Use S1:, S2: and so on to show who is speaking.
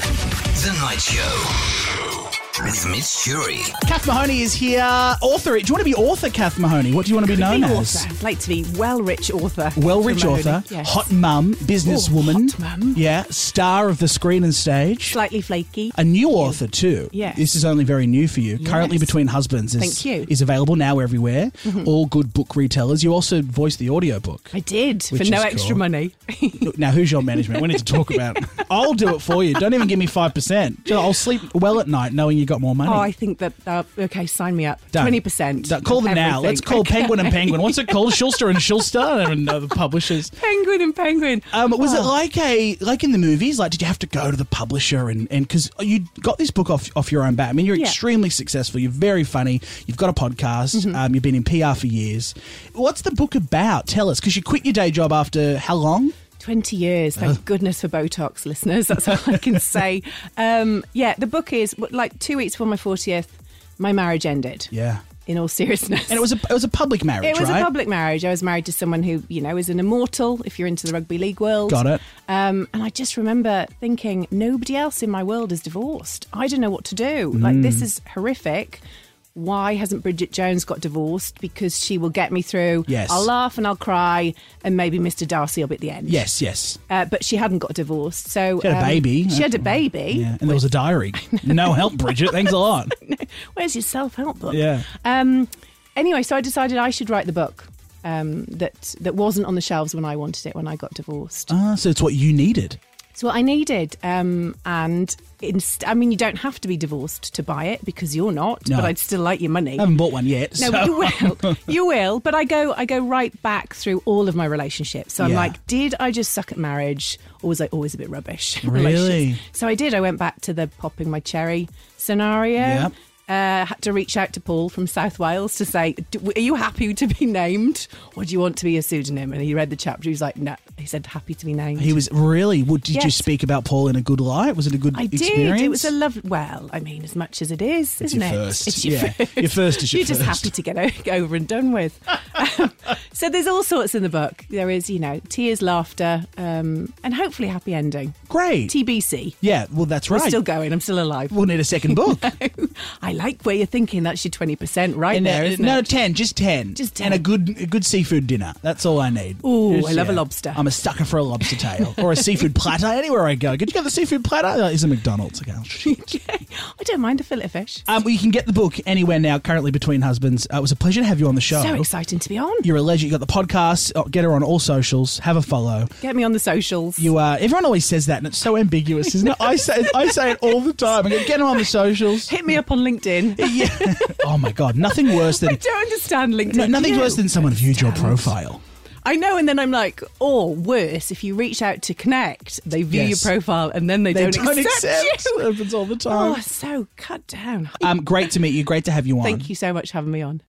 S1: The Night Show with Mitch Fury.
S2: Kath Mahoney is here. Author. Do you want to be author, Kath Mahoney? What do you want to be known
S3: Big
S2: as?
S3: author. I'd like to be well rich author.
S2: Well, rich
S3: From Mahoney,
S2: author,
S3: yes.
S2: hot mum, businesswoman,
S3: Ooh, hot mum.
S2: yeah, star of the screen and stage,
S3: Slightly flaky.
S2: a new author too.
S3: Yes.
S2: this is only very new for you. Currently between husbands is
S3: Thank you. Mm-hmm.
S2: is available now everywhere. All good book retailers. You also voiced the audiobook.
S3: I did for
S2: Which
S3: no
S2: is
S3: extra
S2: cool.
S3: money.
S2: Look, Now, who's your management? We need to talk about. it. I'll do it for you. Don't even give me five percent. I'll sleep well at night knowing you got more money.
S3: Oh, I think that. Uh, okay, sign me up.
S2: Done.
S3: Twenty percent.
S2: Done. Call them now. Let's call Penguin and Penguin. What's it called? Schulster and Schulster. I don't even know the publishers.
S3: Penguin and Penguin.
S2: Um, was it
S3: Oh.
S2: like a like in the movies? Like, did you have to go to the publisher and and because you got this book off off your own bat? I mean, you're
S3: Yeah.
S2: extremely successful. You're very funny. You've got a podcast.
S3: Mm-hmm.
S2: Um, you've been in PR for years. What's the book about? Tell us, because you quit your day job after how long?
S3: Twenty years. Thank goodness for Botox, listeners. That's all I can say. Um, yeah, the book is w- like two weeks before my fortieth. My marriage ended.
S2: Yeah,
S3: In all seriousness.
S2: and it was a it was a public marriage,
S3: It was
S2: right?
S3: a public marriage. I was married to someone who, you know, is an immortal if you're into the rugby league world.
S2: Got it.
S3: Um, and I just remember thinking, nobody else in my world is divorced. I don't know what to do. Like, this
S2: Hmm.
S3: is horrific. Why hasn't Bridget Jones got divorced? Because she will get me through.
S2: Yes.
S3: I'll laugh and I'll cry, and maybe Mr. Darcy will be at the end.
S2: yes, yes.
S3: Uh, but she hadn't got divorced. So um,
S2: She had a baby.
S3: She had a baby.
S2: Yeah, and there was a diary. No help, Bridget. Thanks a lot.
S3: Where's your self help book?
S2: Yeah.
S3: Um, anyway, so I decided I should write the book um, that that wasn't on the shelves when I wanted it when I got divorced.
S2: Ah, so it's what you needed.
S3: It's what I needed, um, and inst- I mean, you don't have to be divorced to buy it because you're not.
S2: No.
S3: But I'd still like your money.
S2: I haven't bought one yet.
S3: no,
S2: so-
S3: you will. You will. But I go I go right back through all of my relationships. So I'm
S2: Yeah.
S3: like, did I just suck at marriage or was I always a bit rubbish? at
S2: Really?
S3: relationships? So I did. I went back to the popping my cherry scenario.
S2: Yep.
S3: Uh, had to reach out to Paul from South Wales to say, "D- "Are you happy to be named, or do you want to be a pseudonym?" And he read the chapter. He was like, "No," he said, "Happy to be named."
S2: He was really. Well, did you
S3: Yes.
S2: speak about Paul in a good light? Was it a good
S3: I did.
S2: experience?
S3: It was a lovely. Well, I mean, as much as it is, isn't
S2: your
S3: it?
S2: first.
S3: It's your
S2: Yeah.
S3: first.
S2: Your first is your
S3: You're just
S2: first.
S3: happy to get o- get over and done with. Um, so there's all sorts in the book. There is, you know, tears, laughter, um, and hopefully a happy ending.
S2: great.
S3: TBC.
S2: yeah. Well, that's
S3: We're
S2: right.
S3: still going. I'm still alive.
S2: we'll need a second book.
S3: I like where you're thinking. That's your twenty percent right
S2: And, uh,
S3: there, isn't
S2: no,
S3: it?
S2: ten, just ten,
S3: Just
S2: and a
S3: 10.
S2: good, a good seafood dinner. That's all I need.
S3: Ooh,
S2: Just,
S3: I love a lobster.
S2: I'm a sucker for a lobster tail or a seafood platter. Anywhere I go, could you get the seafood platter? Oh, it's a McDonald's. Okay, oh, shit.
S3: I don't mind a fillet of fish.
S2: um, well, you can get the book anywhere now. Currently between husbands. Uh, it was a pleasure to have you on the show.
S3: So exciting to be on.
S2: You're a legend. You got the podcast. Oh, get her on all socials. Have a follow.
S3: Get me on the socials.
S2: You are. Everyone always says that, and it's so ambiguous, isn't it? I say I say it all the time. I go, get them on the socials.
S3: Hit me up on LinkedIn.
S2: Yeah. Oh my god, nothing worse
S3: I
S2: than
S3: don't understand LinkedIn.
S2: no, nothing's
S3: You.
S2: worse than someone viewed your profile.
S3: I know, and then I'm like, or worse, if you reach out to connect, they view
S2: Yes.
S3: your profile and then they,
S2: They
S3: don't, accept,
S2: It
S3: you.
S2: happens all the time.
S3: Oh, so cut down.
S2: Um, great to meet you. Great to have you on.
S3: Thank you so much for having me on.